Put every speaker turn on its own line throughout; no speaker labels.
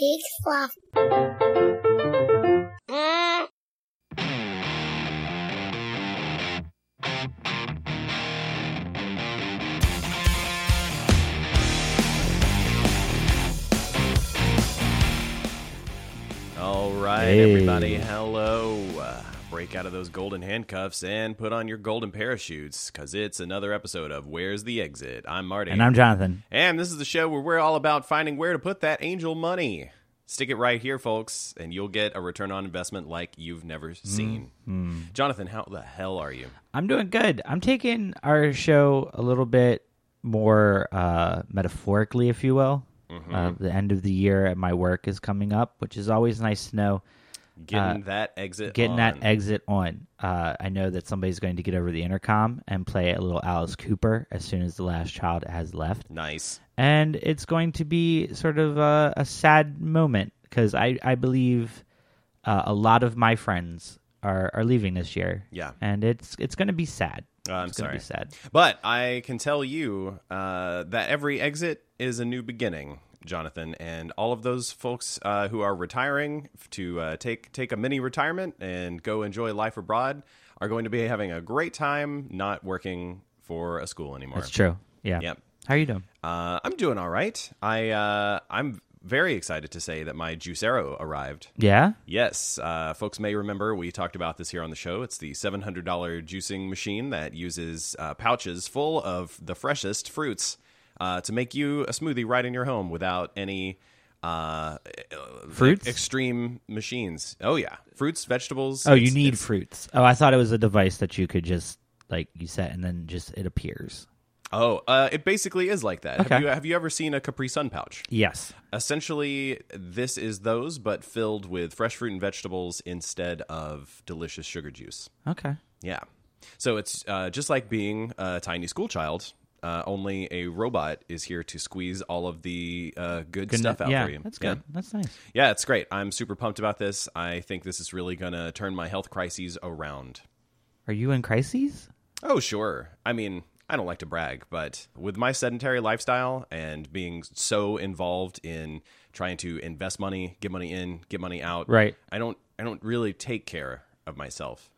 Big fluff. Mm.
All right,
Hey.
everybody. Hello. Uh, break out of those golden handcuffs and put on your golden parachutes because it's another episode of Where's the Exit? I'm Marty.
And I'm Jonathan.
And this is the show where we're all about finding where to put that angel money. Stick it right here, folks, and you'll get a return on investment like you've never seen.
Mm-hmm.
Jonathan, how the hell are you?
I'm doing good. I'm taking our show a little bit more uh, metaphorically, if you will. Uh, the end of the year at my work is coming up, which is always nice to know.
Getting that exit.
Uh, Getting that
on.
exit on. Uh, I know that somebody's going to get over the intercom and play a little Alice Cooper as soon as the last child has left.
Nice.
and it's going to be sort of a, a sad moment because I, I believe uh, a lot of my friends are, are leaving this year.
Yeah.
and it's it's going to be sad.
Uh, I'm
it's gonna Be
sorry.
sad.
But I can tell you uh, that every exit is a new beginning, Jonathan, and all of those folks uh, who are retiring to uh, take take a mini retirement and go enjoy life abroad are going to be having a great time, not working for a school anymore.
It's true. Yeah.
Yep.
How are you doing?
Uh, I'm doing all right. I uh, I'm very excited to say that my Juicero arrived.
Yeah.
Yes, uh, folks may remember we talked about this here on the show. It's the $700 juicing machine that uses uh, pouches full of the freshest fruits uh, to make you a smoothie right in your home without any uh,
Fruits?
extreme machines. Oh yeah, fruits, vegetables.
Oh, you
It's-
need
it's-
fruits. Oh, I thought it was a device that you could just like you set and then just it appears.
Oh, uh, it basically is like that.
Okay.
Have you have you ever seen a Capri Sun pouch?
Yes.
Essentially, this is those, but filled with fresh fruit and vegetables instead of delicious sugar juice.
Okay.
Yeah. So it's uh, just like being a tiny school child. Uh, only a robot is here to squeeze all of the uh, good, stuff out
yeah,
for you.
that's
Yeah.
good. That's nice.
Yeah, it's great. I'm super pumped about this. I think this is really going to turn my health crises around.
Are you in crises?
Oh, sure. I mean, I don't like to brag, but with my sedentary lifestyle and being so involved in trying to invest money, get money in, get money out,
Right.
I don't, I don't really take care of myself,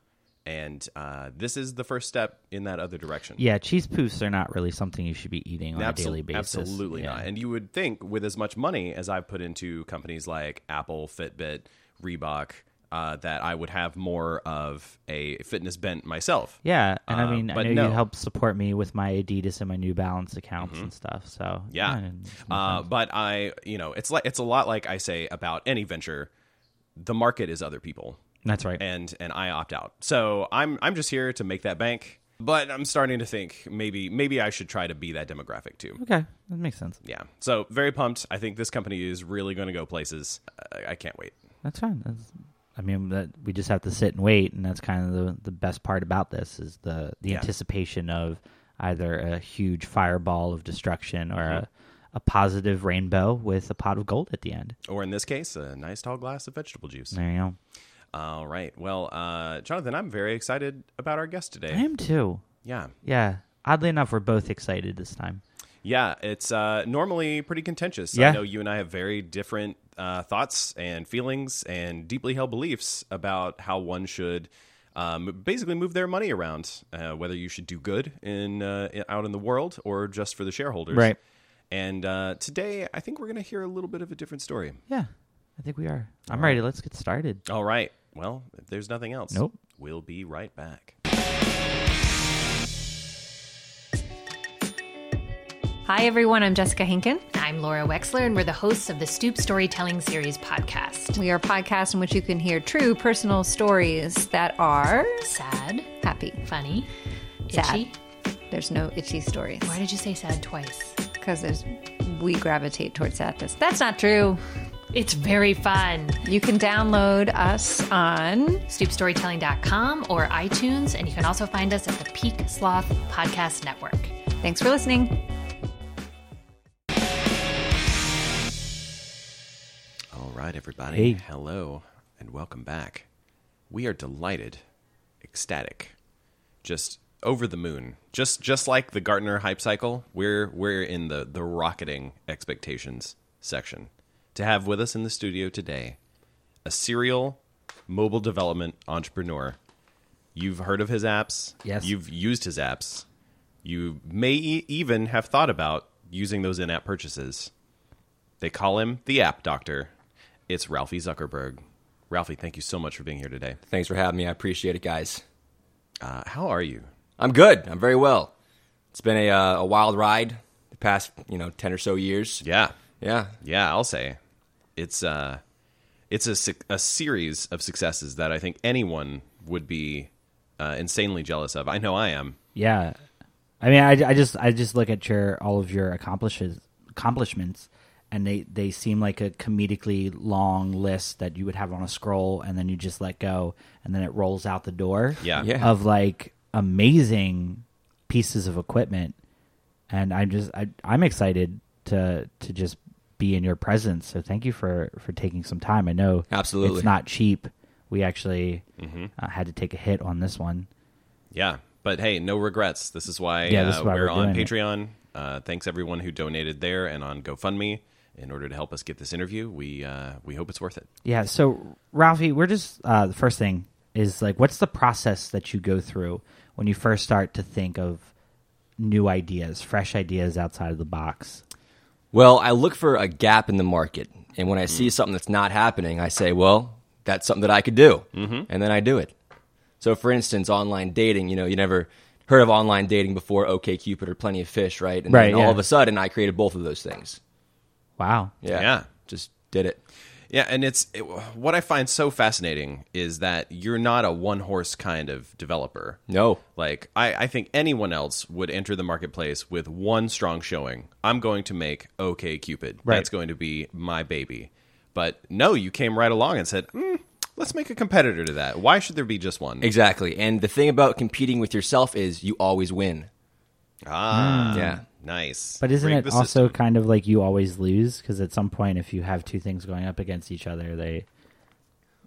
and uh, this is the first step in that other direction.
Yeah, cheese poofs are not really something you should be eating on
Absol-
a daily basis.
Absolutely
Yeah.
not. And you would think with as much money as I've put into companies like Apple, Fitbit, Reebok, uh, that I would have more of a fitness bent myself.
Yeah, and
Uh,
I mean,
but
I know
no. Mm-hmm.
you help support me with my Adidas and my New Balance accounts and stuff. So
Yeah.
and-
Uh, but I, you know, it's like it's a lot like I say about any venture. The market is other people,
that's right.
and and I opt out. So I'm I'm just here to make that bank. But I'm starting to think maybe maybe I should try to be that demographic too.
okay, that makes sense.
Yeah. So very pumped. I think this company is really going to go places. I, I can't wait.
That's fine. That's, I mean, that, we just have to sit and wait, and that's kind of the the best part about this is the the
Yeah.
anticipation of either a huge fireball of destruction or a, a positive rainbow with a pot of gold at the end.
Or in this case, a nice tall glass of vegetable juice.
There you go.
All right. Well, uh, Jonathan, I'm very excited about our guest today.
I am too.
yeah.
Yeah. Oddly enough, we're both excited this time.
Yeah, it's uh, normally pretty contentious. I
Yeah.
know you and I have very different uh, thoughts and feelings and deeply held beliefs about how one should um, basically move their money around, uh, whether you should do good in uh, out in the world or just for the shareholders.
Right.
And uh, today, I think we're going to hear a little bit of a different story.
Yeah, I think we are. I'm ready. Let's get started.
All right. Well, if there's nothing else,
Nope.
We'll be right back.
Hi, everyone. I'm Jessica Hinken. I'm Laura Wexler, and we're the hosts of the Stoop Storytelling Series podcast. We are a podcast in which you can hear true personal stories that are
Sad.
happy,
Funny.
sad.
Itchy.
There's no itchy stories
Why did you say sad twice?
because there's we gravitate towards sadness. That's not true.
It's very fun.
You can download us on
Stoopstorytelling.com or iTunes, and you can also find us at the Peak Sloth Podcast Network.
Thanks for listening.
All right, everybody.
Hey.
Hello and welcome back. We are delighted, ecstatic, just over the moon. Just just like the Gartner hype cycle, we're we're in the the rocketing expectations section. to have with us in the studio today a serial mobile development entrepreneur. You've heard of his apps.
Yes.
You've used his apps. You may e- even have thought about using those in app purchases. They call him the App Doctor. It's Ralphie Zuckerberg. Ralphie, thank you so much for being here today.
Thanks for having me. I appreciate it, guys.
Uh, how are you?
I'm good. I'm very well. It's been a, uh, a wild ride the past, you know, 10 or so years.
Yeah.
Yeah.
Yeah, I'll say it's uh it's a suc- a series of successes that I think anyone would be uh, insanely jealous of. I know I am.
Yeah, I mean, I, I just I just look at your all of your accomplishes accomplishments, and they they seem like a comedically long list that you would have on a scroll, and then you just let go, and then it rolls out the door.
Yeah.
Yeah.
of like amazing pieces of equipment, and I'm just I, I'm excited to to just be in your presence. So thank you for for taking some time. I know
Absolutely. Mm-hmm.
it's not cheap. We actually uh, had to take a hit on this one.
Yeah. But hey, no regrets. This is why,
Yeah, this
uh,
is why
we're,
we're
on
doing it.
Patreon. Uh, thanks everyone who donated there and on GoFundMe in order to help us get this interview. We uh, we hope it's worth it.
Yeah. So, Ralphie, we're just uh, the first thing is like, what's the process that you go through when you first start to think of new ideas, fresh ideas outside of the box?
Well, I look for a gap in the market. And when I see something that's not happening, I say, well, that's something that I could do. Mm-hmm. And then I do it. So, for instance, online dating, you know, you never heard of online dating before OKCupid or Plenty of Fish, right? And
Right,
then all
yeah.
of a sudden, I created both of those things.
Wow.
Yeah.
Yeah.
Just did it.
Yeah, and it's it, what I find so fascinating is that you're not a one horse kind of developer.
No.
Like, I, I think anyone else would enter the marketplace with one strong showing. I'm going to make OK Cupid.
Right.
That's going to be my baby. But no, you came right along and said, mm, let's make a competitor to that. Why should there be just one?
Exactly. And the thing about competing with yourself is you always win.
ah,
Yeah.
nice.
But isn't
Rig
it
the
also
system.
kind of like you always lose? Because at some point, if you have two things going up against each other, they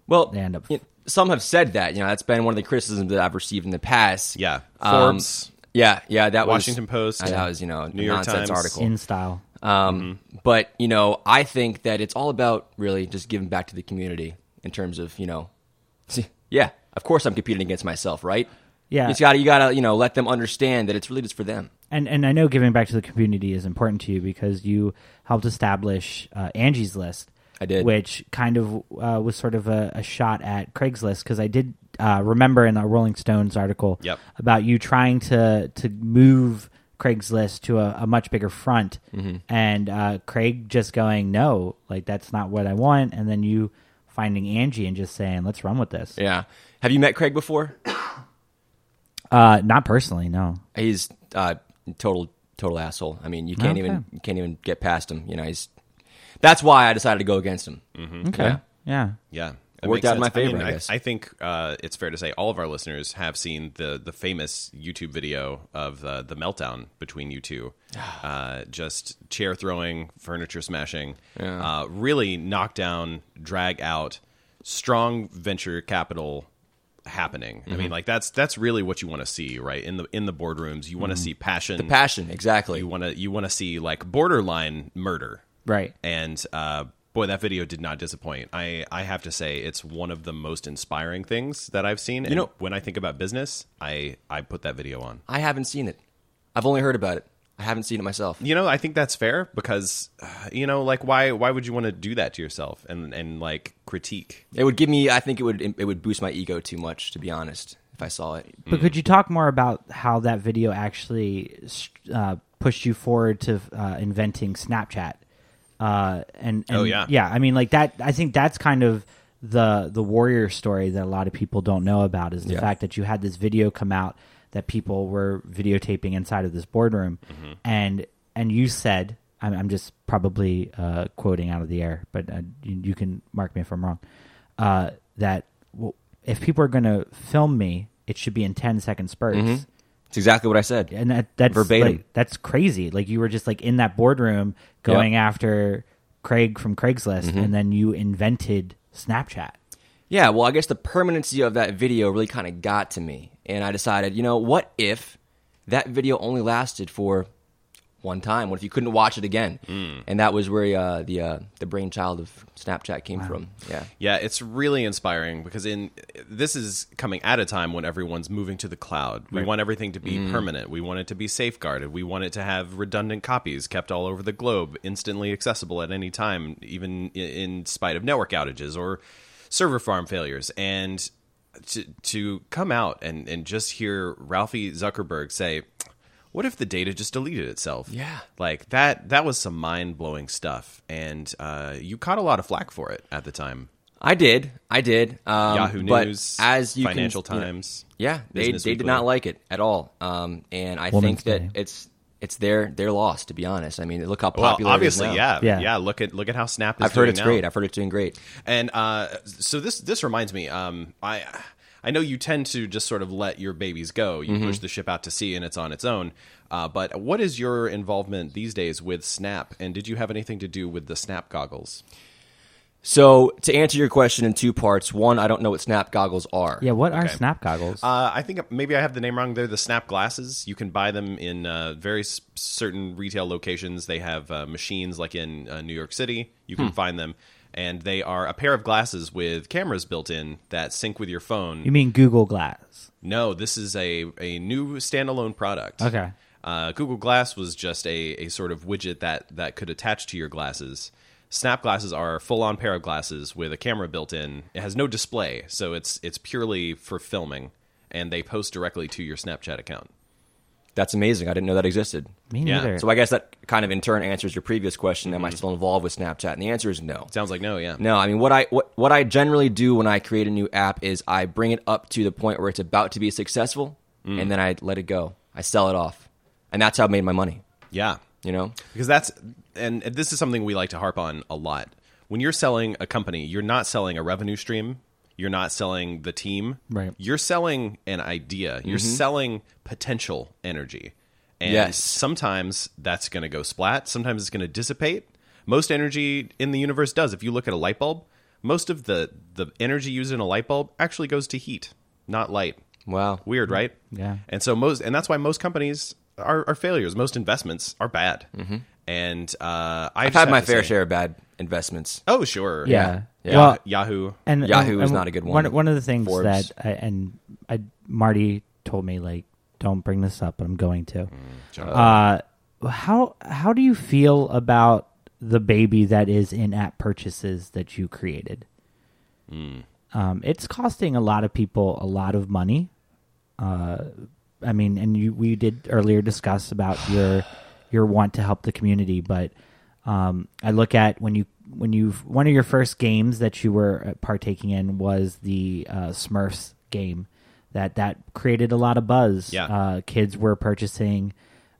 Well,
They end up-
you know, some have said that. You know, that's been one of the criticisms that I've received in the past.
Yeah.
Um,
Forbes.
yeah, yeah. That
Washington
was,
Post,
That was you know
New
a
York
nonsense
Times.
article.
in style.
Um, But you know, I think that it's all about really just giving back to the community in terms of you know, see, yeah. Of course, I'm competing against myself, right?
Yeah.
You got to you got to you know let them understand that it's really just for them.
And and I know giving back to the community is important to you because you helped establish uh, Angie's List.
I did.
which kind of uh, was sort of a, a shot at Craigslist because I did uh, remember in the Rolling Stones article
Yep.
about you trying to to move Craigslist to a, a much bigger front,
Mm-hmm.
and uh, Craig just going, "No, like that's not what I want," and then you finding Angie and just saying, "Let's run with this."
Yeah. Have you met Craig before?
Uh, not personally, no.
He's uh, total total asshole. I mean, you can't even you can't even get past him. You know, he's that's why I decided to go against him. Mm-hmm. Okay.
Yeah.
Yeah.
It worked
makes
out in my
sense. I mean,
favor, I
I,
guess.
I think uh, it's fair to say all of our listeners have seen the the famous YouTube video of uh, the meltdown between you two, uh, just chair throwing, furniture smashing, uh, really knock down, drag out, strong venture capital happening. I
Mm-hmm.
mean, like that's that's really what you want to see, right? In the in the boardrooms, you want
Mm-hmm.
to see passion.
Passion, exactly.
you want to you want to see like borderline murder,
Right.
and uh, boy, that video did not disappoint. I, I have to say, it's one of the most inspiring things that I've seen. You and
know-
when I think about business, I, I put that video on.
I haven't seen it. I've only heard about it. I haven't seen it myself.
You know, I think that's fair because, uh, you know, like why why would you want to do that to yourself and and like critique?
It would give me. I think it would. It would boost my ego too much, to be honest. If I saw it,
Mm.
But could you talk more about how that video actually uh, pushed you forward to uh, inventing Snapchat? Uh, and, and
Oh, yeah.
yeah. I mean, like that. I think that's kind of the the warrior story that a lot of people don't know about is the
Yeah.
fact that you had this video come out that people were videotaping inside of this boardroom, and and you said, I'm, I'm just probably uh, quoting out of the air, but uh, you, you can mark me if I'm wrong. Uh, that well, if people are going to film me, it should be in 10 second spurts
it's exactly what I said.
and that that's
Verbatim.
like, that's crazy. Like you were just like in that boardroom going
Yep.
after Craig from Craigslist,
Mm-hmm.
and then you invented Snapchat.
Yeah, well, I guess the permanency of that video really kind of got to me. And I decided, you know, what if that video only lasted for one time? What if you couldn't watch it again?
Mm.
And that was where uh, the uh, the brainchild of Snapchat came from. Yeah.
Yeah, it's really inspiring because in this is coming at a time when everyone's moving to the cloud. We want everything to be permanent. We want it to be safeguarded. We want it to have redundant copies kept all over the globe, instantly accessible at any time, even i- in spite of network outages or server farm failures. And to to come out and and just hear Ralphie Zuckerberg say, "What if the data just deleted itself?"
Yeah.
like that. That was some mind blowing stuff, and uh, you caught a lot of flack for it at the time.
I did. I did. Um,
Yahoo
but
News,
as you can-
Financial
you know,
Times.
yeah, they,
Business
they did
Weekly.
not like it at all. Um, and I think
Woman's
that
Day.
it's it's their their loss. To be honest, I mean, look how
Well,
popular. it is
obviously,
now.
yeah, yeah,
Yeah.
Look at look at how Snap is.
I've heard
doing
it's
now.
great. I've heard it's doing great.
And uh, so this this reminds me. Um, I I know you tend to just sort of let your babies go. You
Mm-hmm.
push the ship out to sea and it's on its own. Uh, but what is your involvement these days with Snap? And did you have anything to do with the Snap goggles?
So to answer your question in two parts, one, I don't know what Snap goggles are.
Yeah, what are snap goggles?
Uh, I think maybe I have the name wrong. They're the Snap glasses. You can buy them in uh, very s- certain retail locations. They have uh, machines like in uh, New York City. You can find them. And they are a pair of glasses with cameras built in that sync with your phone.
you mean Google Glass?
No, this is a, a new standalone product.
Okay.
Uh, Google Glass was just a, a sort of widget that, that could attach to your glasses. Snap glasses are a full on pair of glasses with a camera built in. It has no display, so it's it's purely for filming, and they post directly to your Snapchat account.
That's amazing. I didn't know that existed.
Me
Yeah,
neither. Mm-hmm.
So I guess that kind of in turn answers your previous question. Am I still involved with Snapchat? And the answer is no.
Sounds like no, yeah.
No, I mean what I what, what I generally do when I create a new app is I bring it up to the point where it's about to be successful,
Mm.
and then I let it go. I sell it off, and that's how I made my money.
Yeah.
You know,
because that's and this is something we like to harp on a lot when you're selling a company you're not selling a revenue stream you're not selling the team
Right.
you're selling an idea you're selling potential energy and
Yes.
sometimes that's going to go splat sometimes it's going to dissipate most energy in the universe does if you look at a light bulb most of the the energy used in a light bulb actually goes to heat not light
wow.
weird right
Yeah.
and so most and that's why most companies are, are failures most investments are bad mm-hmm. and uh, i
I've had my fair share of bad investments.
oh sure
yeah.
Yeah.
Well,
yahoo
and
Yahoo
and-
is
and
not a good one.
One, of the things
Forbes.
that I, and I, Marty told me like, don't bring this up, but I'm going
Mm,
to. Uh, how how do you feel about the baby that is in app purchases that you created?
Mm.
Um, it's costing a lot of people a lot of money. Uh, I mean, and you we did earlier discuss about your your want to help the community, but um, I look at when you when you one of your first games that you were uh, partaking in was the uh, Smurfs game that that created a lot of buzz.
Yeah.
Uh, kids were purchasing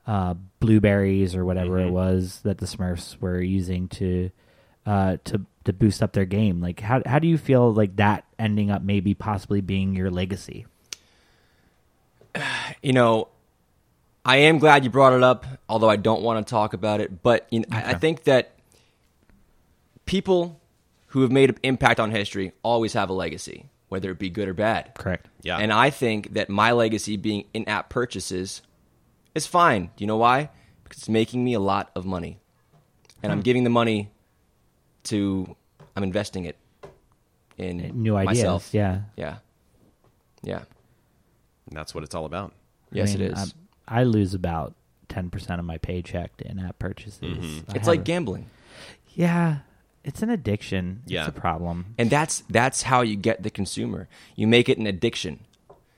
uh, blueberries or whatever it was that the Smurfs were using to uh, to to boost up their game. Like how how do you feel like that ending up maybe possibly being your legacy?
you know, I am glad you brought it up, although I don't want to talk about it. But you know, I I think that people who have made an impact on history always have a legacy, whether it be good or bad.
Correct.
Yeah.
And I think that my legacy being in app purchases is fine. Do you know why? Because it's making me a lot of money. And
Hmm.
I'm giving the money to, I'm investing it in
New ideas.
myself.
Yeah.
Yeah. Yeah.
and that's what it's all about
Yes,
I mean,
it is.
I'm- I lose about ten percent of my paycheck to in-app purchases. I
it's like
have-
gambling.
yeah, it's an addiction.
Yeah.
It's a problem.
And that's that's how you get the consumer. You make it an addiction.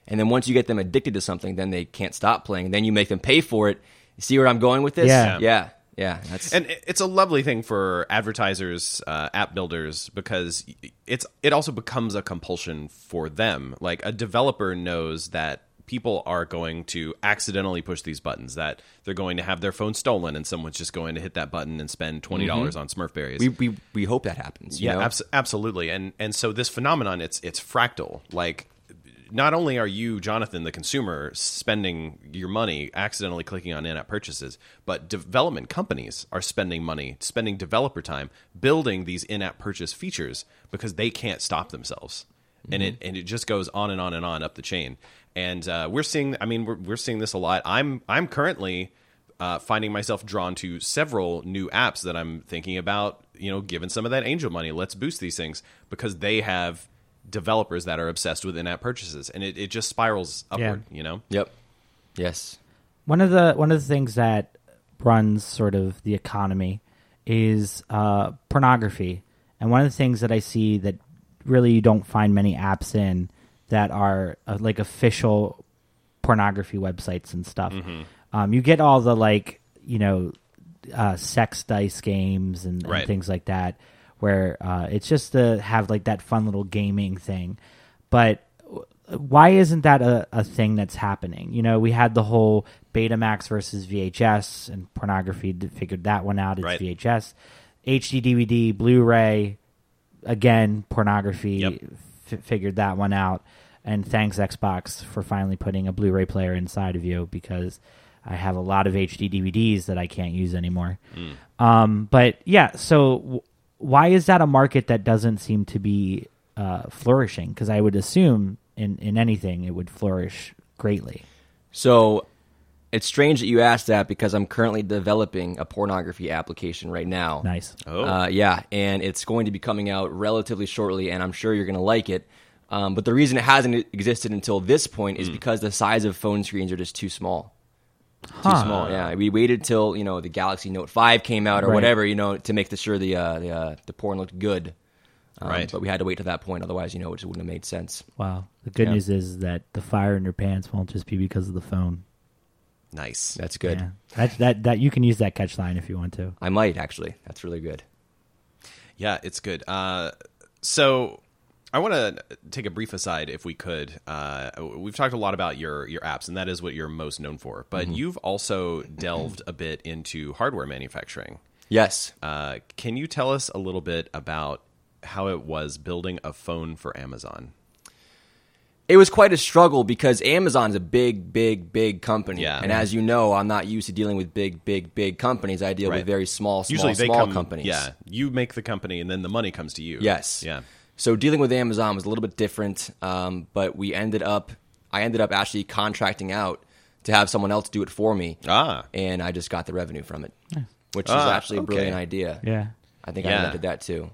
And then once you get them addicted to something, then they can't stop playing. Then you make them pay for it. See where I'm going with this?
Yeah.
Yeah. Yeah. That's
and it- it's a lovely thing for advertisers uh, app builders because it's it also becomes a compulsion for them like a developer knows that people are going to accidentally push these buttons that they're going to have their phone stolen and someone's just going to hit that button and spend $20 dollars on smurfberries
Mm-hmm. we, we we hope that happens. you
yeah
know?
abs- absolutely and and so this phenomenon it's it's fractal like not only are you jonathan the consumer spending your money accidentally clicking on in-app purchases but development companies are spending money spending developer time building these in-app purchase features because they can't stop themselves and it
Mm-hmm.
and it just goes on and on and on up the chain and uh, we're seeing i mean we're, we're seeing this a lot i'm i'm currently uh, finding myself drawn to several new apps that I'm thinking about. You know, given some of that angel money, let's boost these things because they have developers that are obsessed with in-app purchases, and it, it just spirals upward. You know,
Yep. Yes.
One of the one of the things that runs sort of the economy is uh, pornography, and one of the things that I see that really you don't find many apps in that are uh, like official pornography websites and stuff. Um, you get all the like you know uh, sex dice games and, and
Right.
things like that, where uh, it's just to have like that fun little gaming thing. But w- why isn't that a, a thing that's happening? You know, we had the whole Betamax versus VHS and pornography d- figured that one out. It's
Right.
VHS, HD DVD, Blu-ray, again pornography
Yep.
f- figured that one out and thanks xbox for finally putting a blu-ray player inside of you because i have a lot of hd dvds that i can't use anymore um, but yeah so w- why is that a market that doesn't seem to be uh, flourishing because i would assume in, in anything it would flourish greatly
So it's strange that you asked that because I'm currently developing a pornography application right now.
nice
Oh.
Uh, yeah, and it's going to be coming out relatively shortly, and I'm sure you're going to like it. Um, but the reason it hasn't existed until this point is because the size of phone screens are just too small. Too small. Yeah, we waited till you know the Galaxy Note Five came out or
Right.
whatever, you know, to make the sure the uh, the, uh, the porn looked good. Um,
Right.
But we had to wait to that point, otherwise, you know, it just wouldn't have made sense.
wow the good
Yeah.
news is that the fire in your pants won't just be because of the phone
nice.
That's good.
yeah that, that, that you can use that catch line if you want to
I might actually. That's really good.
Yeah, it's good. Uh, so I want to take a brief aside, if we could. Uh, we've talked a lot about your your apps, and that is what you're most known for. But you've also delved a bit into hardware manufacturing.
Yes.
Uh, can you tell us a little bit about how it was building a phone for Amazon?
it was quite a struggle because Amazon's a big, big, big company.
Yeah.
And as you know, I'm not used to dealing with big, big, big companies. I deal
Right.
with very small, small,
Usually, they
small
come,
companies.
Yeah, you make the company, and then the money comes to you.
Yes.
Yeah.
So dealing with Amazon was a little bit different, um, but we ended up, I ended up actually contracting out to have someone else do it for me,
Ah.
and I just got the revenue from it, which is
Ah,
actually a
okay.
brilliant idea.
yeah
I think I
Yeah.
invented that too.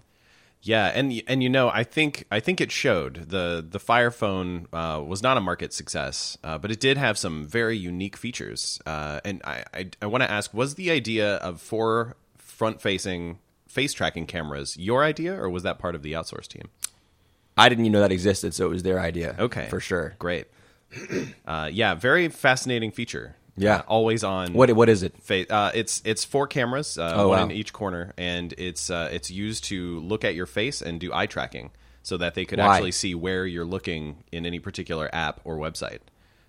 Yeah, and y- and you know, I think I think it showed the the Fire Phone uh, was not a market success, uh, but it did have some very unique features. Uh, and I I, I want to ask, was the idea of four front facing face tracking cameras your idea, or was that part of the outsource team?
I didn't even know that existed, so it was their idea.
Okay,
For sure.
great. Uh, yeah, very fascinating feature.
Yeah.
Uh, always on.
What, what is it?
Fa- uh, it's it's four cameras, uh,
Oh,
one
wow.
in each corner, and it's uh, it's used to look at your face and do eye tracking, so that they could
Why?
actually see where you're looking in any particular app or website.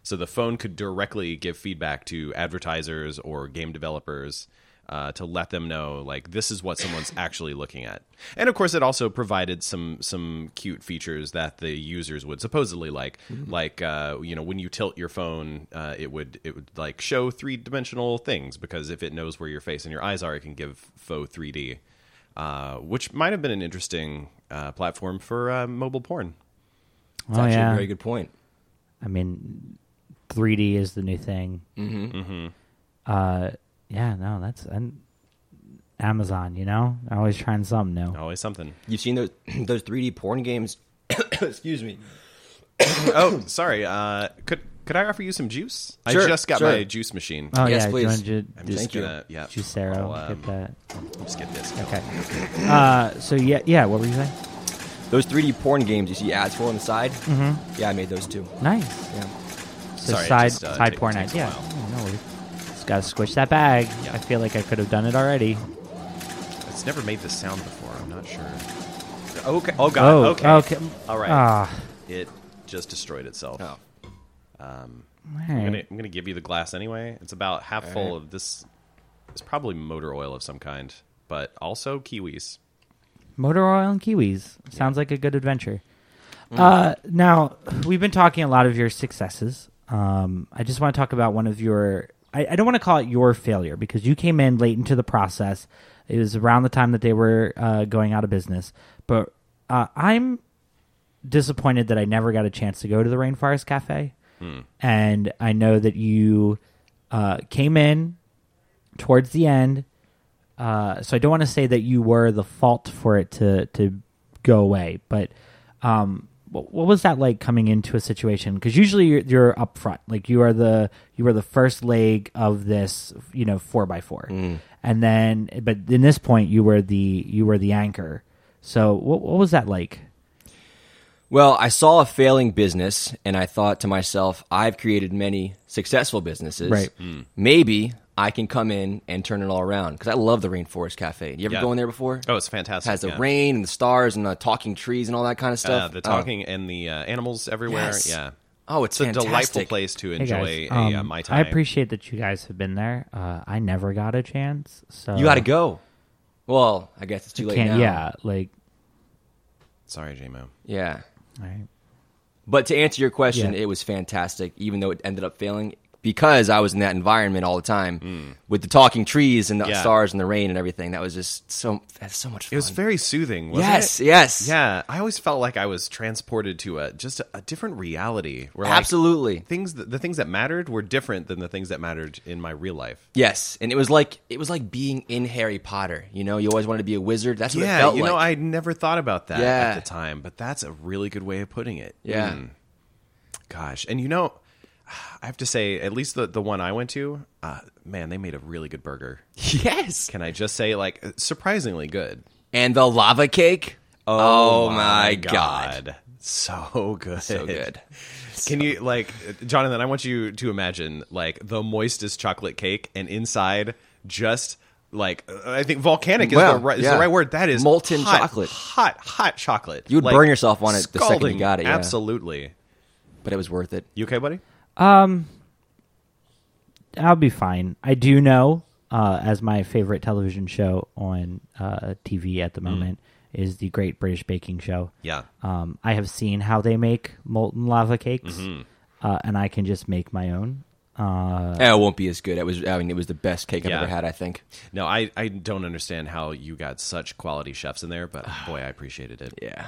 So the phone could directly give feedback to advertisers or game developers uh, to let them know like this is what someone's actually looking at. And of course, it also provided some some cute features that the users would supposedly like, like uh, you know when you tilt your phone, uh, it would it would like show three dimensional things because if it knows where your face and your eyes are, it can give faux three D, uh, which might have been an interesting uh, platform for uh, mobile porn.
It's
oh
actually
yeah
a very good point.
I mean, 3D is the new thing. Mm-hmm. Uh, yeah, no, that's an Amazon. You know, always trying something new.
Always something.
You've seen those those 3D porn games. Excuse me.
oh, sorry. Uh, could could I offer you some juice? I
Sure,
just got
sure.
my juice machine.
Oh
Yes,
yeah,
please.
Do you want to
I'm
ju-
just
Thank you.
gonna yeah.
Juicero?
I'll, um,
Get that.
Let's get this.
Okay. Uh, so yeah, yeah. What were you saying?
Those 3D porn games you see ads for on the side. Mm-hmm. Yeah, I made those too.
Nice.
Yeah.
So
Sorry, it
side
just, uh,
side
ta-
porn
takes
act.
a
Yeah.
while.
Oh, no worries. Just gotta squish that bag.
Yeah.
I feel like I could have done it already.
It's never made this sound before. I'm not sure. Okay. Oh god.
oh,
okay.
okay.
All right.
Ah,
It just destroyed itself.
Oh.
all right.
I'm, gonna, I'm gonna give you the glass anyway. It's about half full of this. It's probably motor oil of some kind, but also kiwis.
Motor oil and kiwis. Sounds like a good adventure. Uh, now, we've been talking a lot of your successes. Um, I just want to talk about one of your. I, I don't want to call it your failure because you came in late into the process. It was around the time that they were uh, going out of business. But uh, I'm disappointed that I never got a chance to go to the Rainforest Cafe. And I know that you uh, came in towards the end. Uh, so I don't want to say that you were the fault for it to to go away, but um, what, what was that like coming into a situation? Because usually you're, you're up front, like you are the you are the first leg of this, you know, four by four,
Mm.
and then but in this point you were the you were the anchor. So what what was that like?
Well, I saw a failing business and I thought to myself, I've created many successful businesses.
Right.
Hmm.
Maybe I can come in and turn it all around because I love the Rainforest Cafe. You ever
Yeah.
go in there before?
Oh, it's fantastic.
It has the
yeah.
rain and the stars and the talking trees and all that kind of
Uh,
stuff.
the
Oh.
talking and the uh, animals everywhere.
Yes.
Yeah.
Oh, it's
It's a delightful
fantastic.
place to
Hey,
enjoy
guys,
a uh,
um,
mai tai.
I appreciate that you guys have been there. Uh, I never got a chance, so
You got to
Mm.
go. Well, I guess it's too late now.
Can't, yeah, like
Sorry, JMO.
Yeah.
all right.
But to answer your question,
Yeah.
it was fantastic, even though it ended up failing because I was in that environment all the time with the talking trees and the
Hmm. Yeah.
stars and the rain and everything. That was just so that's so much fun.
It was very soothing. Wasn't
Um, yes,
it?
yes,
Yeah, I always felt like I was transported to a just a, a different reality. Where like,
absolutely,
things that, the things that mattered were different than the things that mattered in my real life.
yes. And it was like it was like being in Harry Potter. You know, you always wanted to be a wizard. That's what it
Yeah,
felt
you
like.
know, I never thought about that
Yeah.
at the time, but that's a really good way of putting it.
Yeah.
Mm. Gosh, and you know, I have to say, at least the the one I went to, uh, man, they made a really good burger.
yes.
Can I just say, like, surprisingly good.
And the lava cake. Oh, my god,
so good,
so good.
Can you like, Jonathan? I want you to imagine like the moistest chocolate cake, and inside just like uh, I think volcanic is,
Wow,
the, right, is
yeah.
the right word. That is
Molten
hot,
chocolate.
hot, hot chocolate.
You would
Like,
burn yourself on it the second you
scalding.
got it, yeah.
Absolutely.
But it was worth it.
You okay, buddy?
I'll be fine. I do know, uh, as my favorite television show on uh, TV at the moment is the Great British Baking Show.
Mm. Yeah.
Um, I have seen how they make molten lava cakes,
Mm-hmm.
uh, and I can just make my own. Uh,
Eh, it won't be as good. It was. I mean, it was the best cake
Yeah.
I've ever had. I think.
No, I I don't understand how you got such quality chefs in there, but boy, I appreciated it.
Yeah.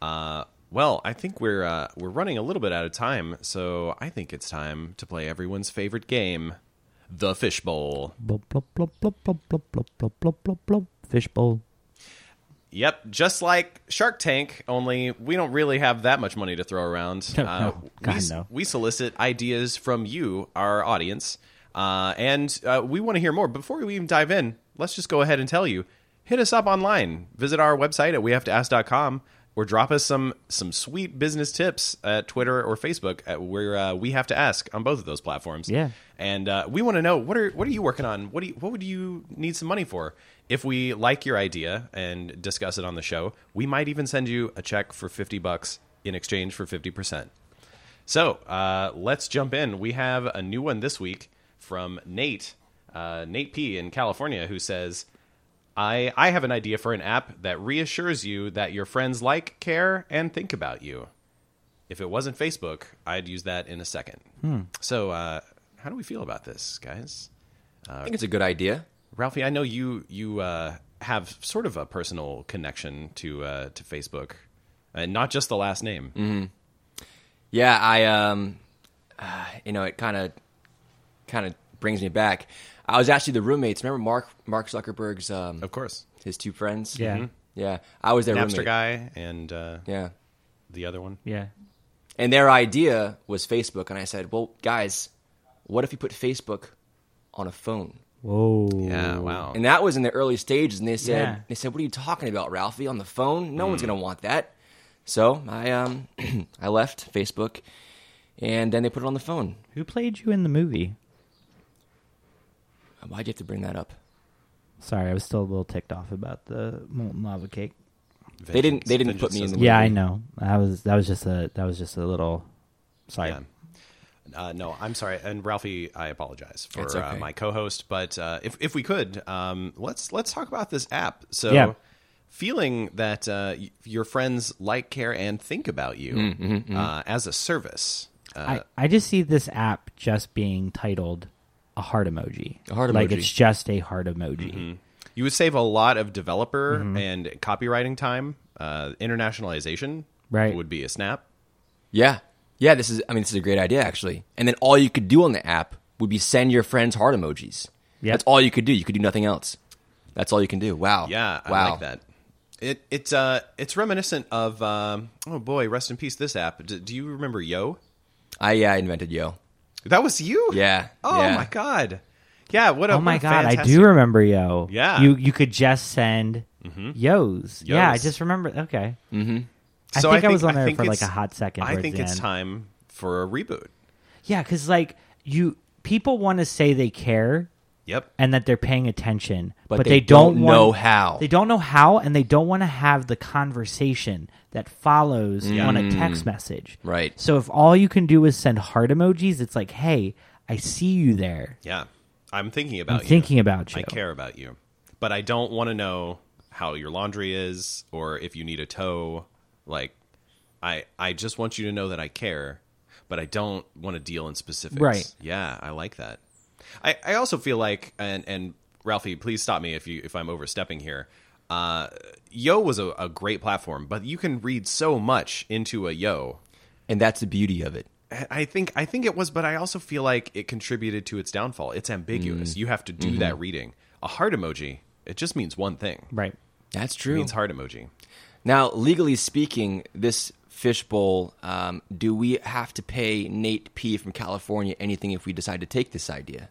Uh, well, I think we're uh, we're running a little bit out of time, so I think it's time to play everyone's favorite game, the fishbowl.
blub, blub, blub, blub, blub, blub, blub, blub, blub, blub, blub. Fishbowl.
Yep, just like Shark Tank, only we don't really have that much money to throw around.
No,
uh,
no. God,
we,
no.
we solicit ideas from you, our audience, uh, and uh, we want to hear more. Before we even dive in, let's just go ahead and tell you hit us up online. Visit our website at wehavetoask.com or drop us some some sweet business tips at Twitter or Facebook at where uh, we have to ask on both of those platforms.
Yeah.
And uh, we want to know what are what are you working on? What do you, what would you need some money for? If we like your idea and discuss it on the show, we might even send you a check for fifty bucks in exchange for fifty percent. So uh, let's jump in. We have a new one this week from Nate, uh, Nate P in California, who says, "I I have an idea for an app that reassures you that your friends like, care, and think about you." If it wasn't Facebook, I'd use that in a second. So, uh, how do we feel about this, guys?
I think it's a good idea.
Ralphie, I know you you uh, have sort of a personal connection to uh, to Facebook, and not just the last name.
Yeah, I um, uh, you know, it kind of kind of brings me back. I was actually the roommates. Remember Mark Mark Zuckerberg's um,
Of course,
his two friends.
Yeah. Mhm.
Mm-hmm.
yeah. I was their
Napster
roommate.
guy and uh,
Yeah,
the other one.
Yeah.
and their idea was Facebook, and I said, "Well, guys, what if you put Facebook on a phone?"
Whoa.
Yeah, wow.
And that was in the early stages, and they said,
Yeah.
"They said, what are you talking about, Ralphie? On the phone? No one's
Hmm.
gonna want that." So I um, I left Facebook, and then they put it on the phone.
Who played you in the movie?
Why'd you have to bring that up?
Sorry, I was still a little ticked off about the molten lava cake.
They didn't- they didn't put me in the
Yeah,
movie.
I know. That was that was just a that was just a little. Sorry.
Yeah. Uh, no, I'm sorry, and Ralphie, I apologize for
That's
uh,
okay.
my co-host. But uh, if if we could, um, let's let's talk about this app. So,
Yeah.
feeling that uh, y- your friends like, care, and think about you Uh, as a service. Uh,
I, I just see this app just being titled a heart emoji.
A heart
Like
emoji.
it's just a heart emoji.
you would save a lot of developer
Mm-hmm.
and copywriting time. Uh, internationalization,
Right.
would be a snap.
Yeah. Yeah, this is I mean this is a great idea actually. And then all you could do on the app would be send your friends heart emojis.
Yep.
That's all you could do. You could do nothing else. That's all you can do. Wow.
Yeah, I
wow.
like that. It it's uh it's reminiscent of um oh boy, rest in peace this app. D- do you remember Yo?
I yeah, I invented yo.
That was you?
Yeah,
Oh
yeah.
my god. Yeah, what a
Oh my
what a
god, I
fantastic-
do remember yo.
Yeah. Mm-hmm.
you you could just send yos. Yeah, I
Yos.
just remember. Okay, I
So
think I was on there
think
for, like,
it's-
a hot second
I
towards
think
the
it's
end.
time for a reboot.
yeah, because like you, people want to say they care
Yep.
and that they're paying attention,
But
but,
they
they, don't,
don't know
want-
how.
They don't know how, and they don't want to have the conversation that follows on a text message.
Mm. Right.
So if all you can do is send heart emojis, it's like, hey, I see you there.
Yeah. I'm thinking about
Oh,
I'm
you.
thinking about you.
I care about you. But I don't want to know how your laundry is or if you need a tow. Like I I just want you to know that I care, but I don't want to deal in specifics.
Right.
Yeah, I like that. I, I also feel like and and Ralphie, please stop me if you if I'm overstepping here. Uh, Yo was a, a great platform, but you can read so much into a Yo.
And that's the beauty of it.
I- I think I think it was, but I also feel like it contributed to its downfall. It's
Mm.
ambiguous. You have to
Mm-hmm.
do that reading. A heart emoji, it just means one thing.
Right.
That's
It
true.
means heart emoji.
Now, legally speaking, this fishbowl, um, do we have to pay Nate P from California anything if we decide to take this idea?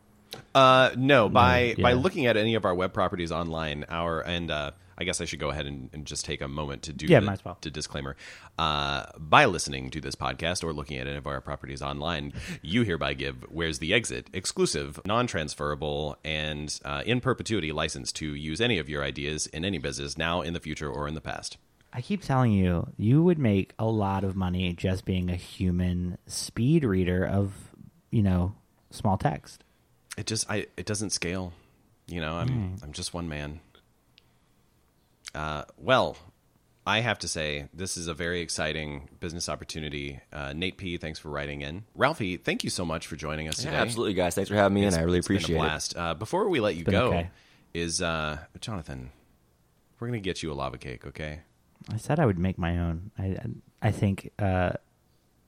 Uh, no, by by
yeah.
looking at any of our web properties online, our and uh, I guess I should go ahead and, and just take a moment to do
Yeah,
the,
might as well.
to disclaimer. Uh, by listening to this podcast or looking at any of our properties online, you hereby give "Where's the Exit" exclusive, non-transferable, and uh, in perpetuity license to use any of your ideas in any business now, in the future, or in the past.
I keep telling you, you would make a lot of money just being a human speed reader of, you know, small text.
it just I it doesn't scale. You know, I'm
Hmm.
I'm just one man. Uh, well, I have to say this is a very exciting business opportunity. Uh, Nate P, thanks for writing in. Ralphie, thank you so much for joining us today.
absolutely, guys. Thanks for having me in. I really
It's been a
appreciate it.
blast. Uh, before we let you
been
go,
okay.
is uh, Jonathan, we're gonna get you a lava cake, okay?
I said I would make my own. I I think, uh,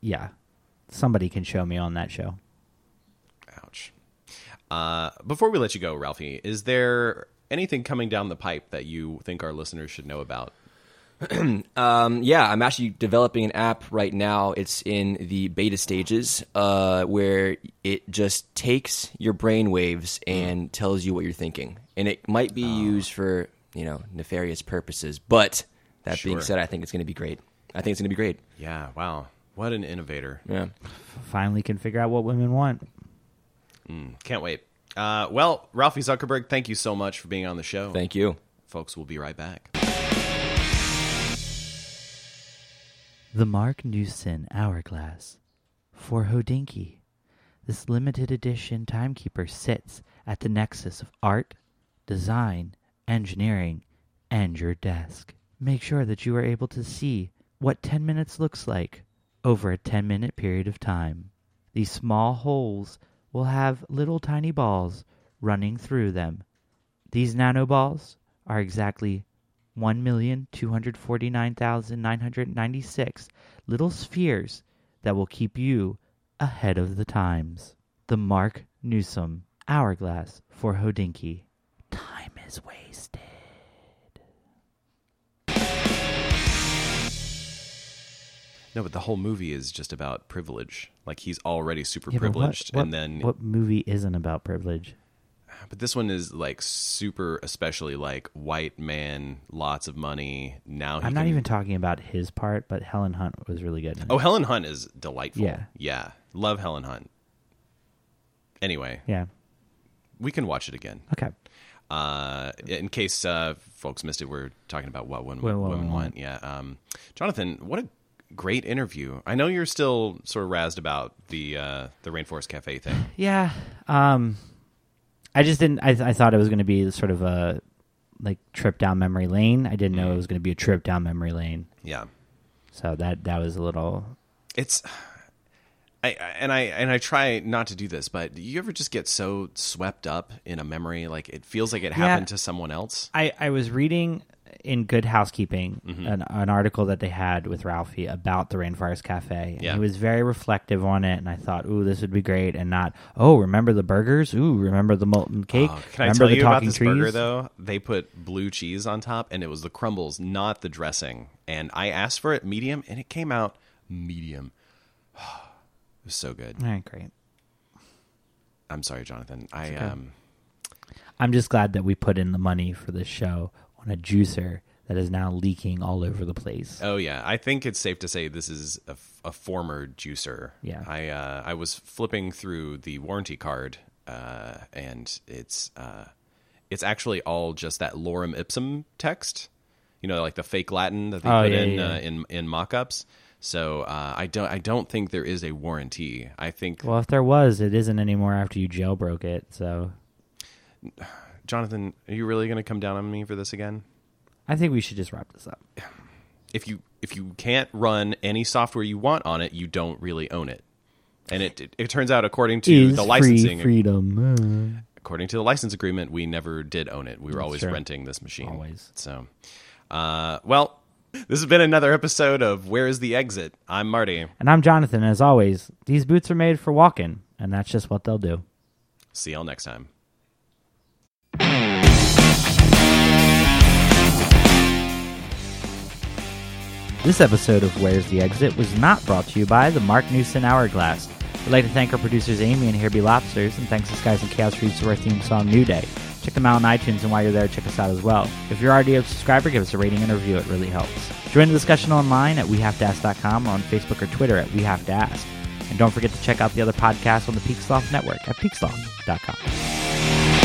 yeah, somebody can show me on that show.
Ouch. Uh, before we let you go, Ralphie, is there anything coming down the pipe that you think our listeners should know about?
yeah, I'm actually developing an app right now. It's in the beta stages, uh, where it just takes your brain waves and tells you what you're thinking. And it might be used for you know nefarious purposes, but that being
Sure.
said, I think it's going to be great. I think it's going to be great.
Yeah, wow. What an innovator.
Yeah.
Finally, can figure out what women want.
Can't wait. Uh, well, Ralphie Zuckerberg, thank you so much for being on the show.
Thank you.
Folks, we'll be right back.
The Mark Newson Hourglass for Hodinky. This limited edition timekeeper sits at the nexus of art, design, engineering, and your desk. Make sure that you are able to see what 10 minutes looks like over a 10 minute period of time. These small holes will have little tiny balls running through them. These nanoballs are exactly 1,249,996 little spheres that will keep you ahead of the times. The Mark Newsom Hourglass for Hodinky. Time is wasted.
No, but the whole movie is just about privilege. Like he's already super
Yeah, but what-
privileged,
what-
and then
what movie isn't about privilege?
but this one is like super, especially like white man, lots of money. Now he
I'm not
Oh, can-
even talking about his part, but Helen Hunt was really good. in it.
Oh, Helen Hunt is delightful.
Yeah.
yeah, love Helen Hunt. Anyway,
yeah.
we can watch it again.
Okay.
Uh, in case uh, folks missed it, we're talking about what women,
What women
women want. Yeah, um, Jonathan, what a great interview. I know you're still sort of razzed about the uh, the Rainforest Cafe thing.
Yeah. Um, I just didn't. I, I thought it was going to be sort of a like trip down memory lane. I didn't know it was going to be a trip down memory lane.
Yeah,
So that that was a little.
it's. I, I- and I and I try not to do this, but do you ever just get so swept up in a memory, like it feels like it happened to someone else?
I I was reading in Good Housekeeping
Mm-hmm.
an, an article that they had with Ralphie about the Rainforest Cafe. And
Yeah.
He was very reflective on it, and I thought, ooh, this would be great, and not, oh, remember the burgers? Ooh, remember the molten cake?
Oh, can I
remember
tell
the
you about
talking
this
trees?
burger though? They put blue cheese on top, and it was the crumbles, not the dressing. And I asked for it medium, and it came out medium. it was so good.
All right, great.
I'm sorry, Jonathan. I um,
I'm just glad that we put in the money for this show on a juicer that is now leaking all over the place.
oh yeah, I think it's safe to say this is a, f- a former juicer.
Yeah.
I uh, I was flipping through the warranty card, uh, and it's uh, it's actually all just that lorem ipsum text. You know, like the fake Latin that they
Oh,
put
yeah,
in
yeah,
Uh,
yeah.
in in mock-ups. So uh, I don't I don't think there is a warranty. I think
Well, if there was, it isn't anymore after you jailbroke it. So
Jonathan, are you really going to come down on me for this again?
I think we should just wrap this up.
If you if you can't run any software you want on it, you don't really own it. And it it, it turns out according to
Is
the
free
licensing
freedom.
according to the license agreement, we never did own it. We were always
true.
renting this machine.
Always.
So, uh, well, this has been another episode of Where is the Exit? I'm Marty.
And I'm Jonathan. and As always, these boots are made for walking, and that's just what they'll do.
See y'all next time.
This episode of Where's the Exit was not brought to you by the Mark Newson Hourglass. I'd like to thank our producers Amy and Here Be Lobsters, and thanks to Skies and Chaos Reads to our theme song New Day. Check them out on iTunes, and while you're there, check us out as well. If you're already a subscriber, give us a rating and a review. It really helps. Join the discussion online at WeHaveToAsk.com or on Facebook or Twitter at WeHaveToAsk. And don't forget to check out the other podcasts on the Peaksloft Network at peaksloft.com.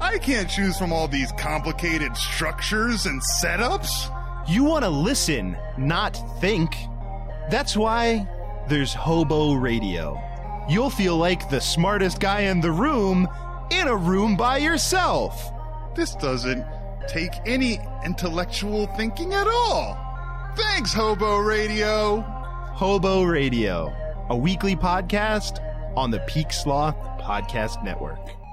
I can't choose from all these complicated structures and setups.
You want to listen, not think. That's why there's Hobo Radio. You'll feel like the smartest guy in the room in a room by yourself.
This doesn't take any intellectual thinking at all. Thanks, Hobo Radio.
Hobo Radio, a weekly podcast on the Peak Sloth Podcast Network.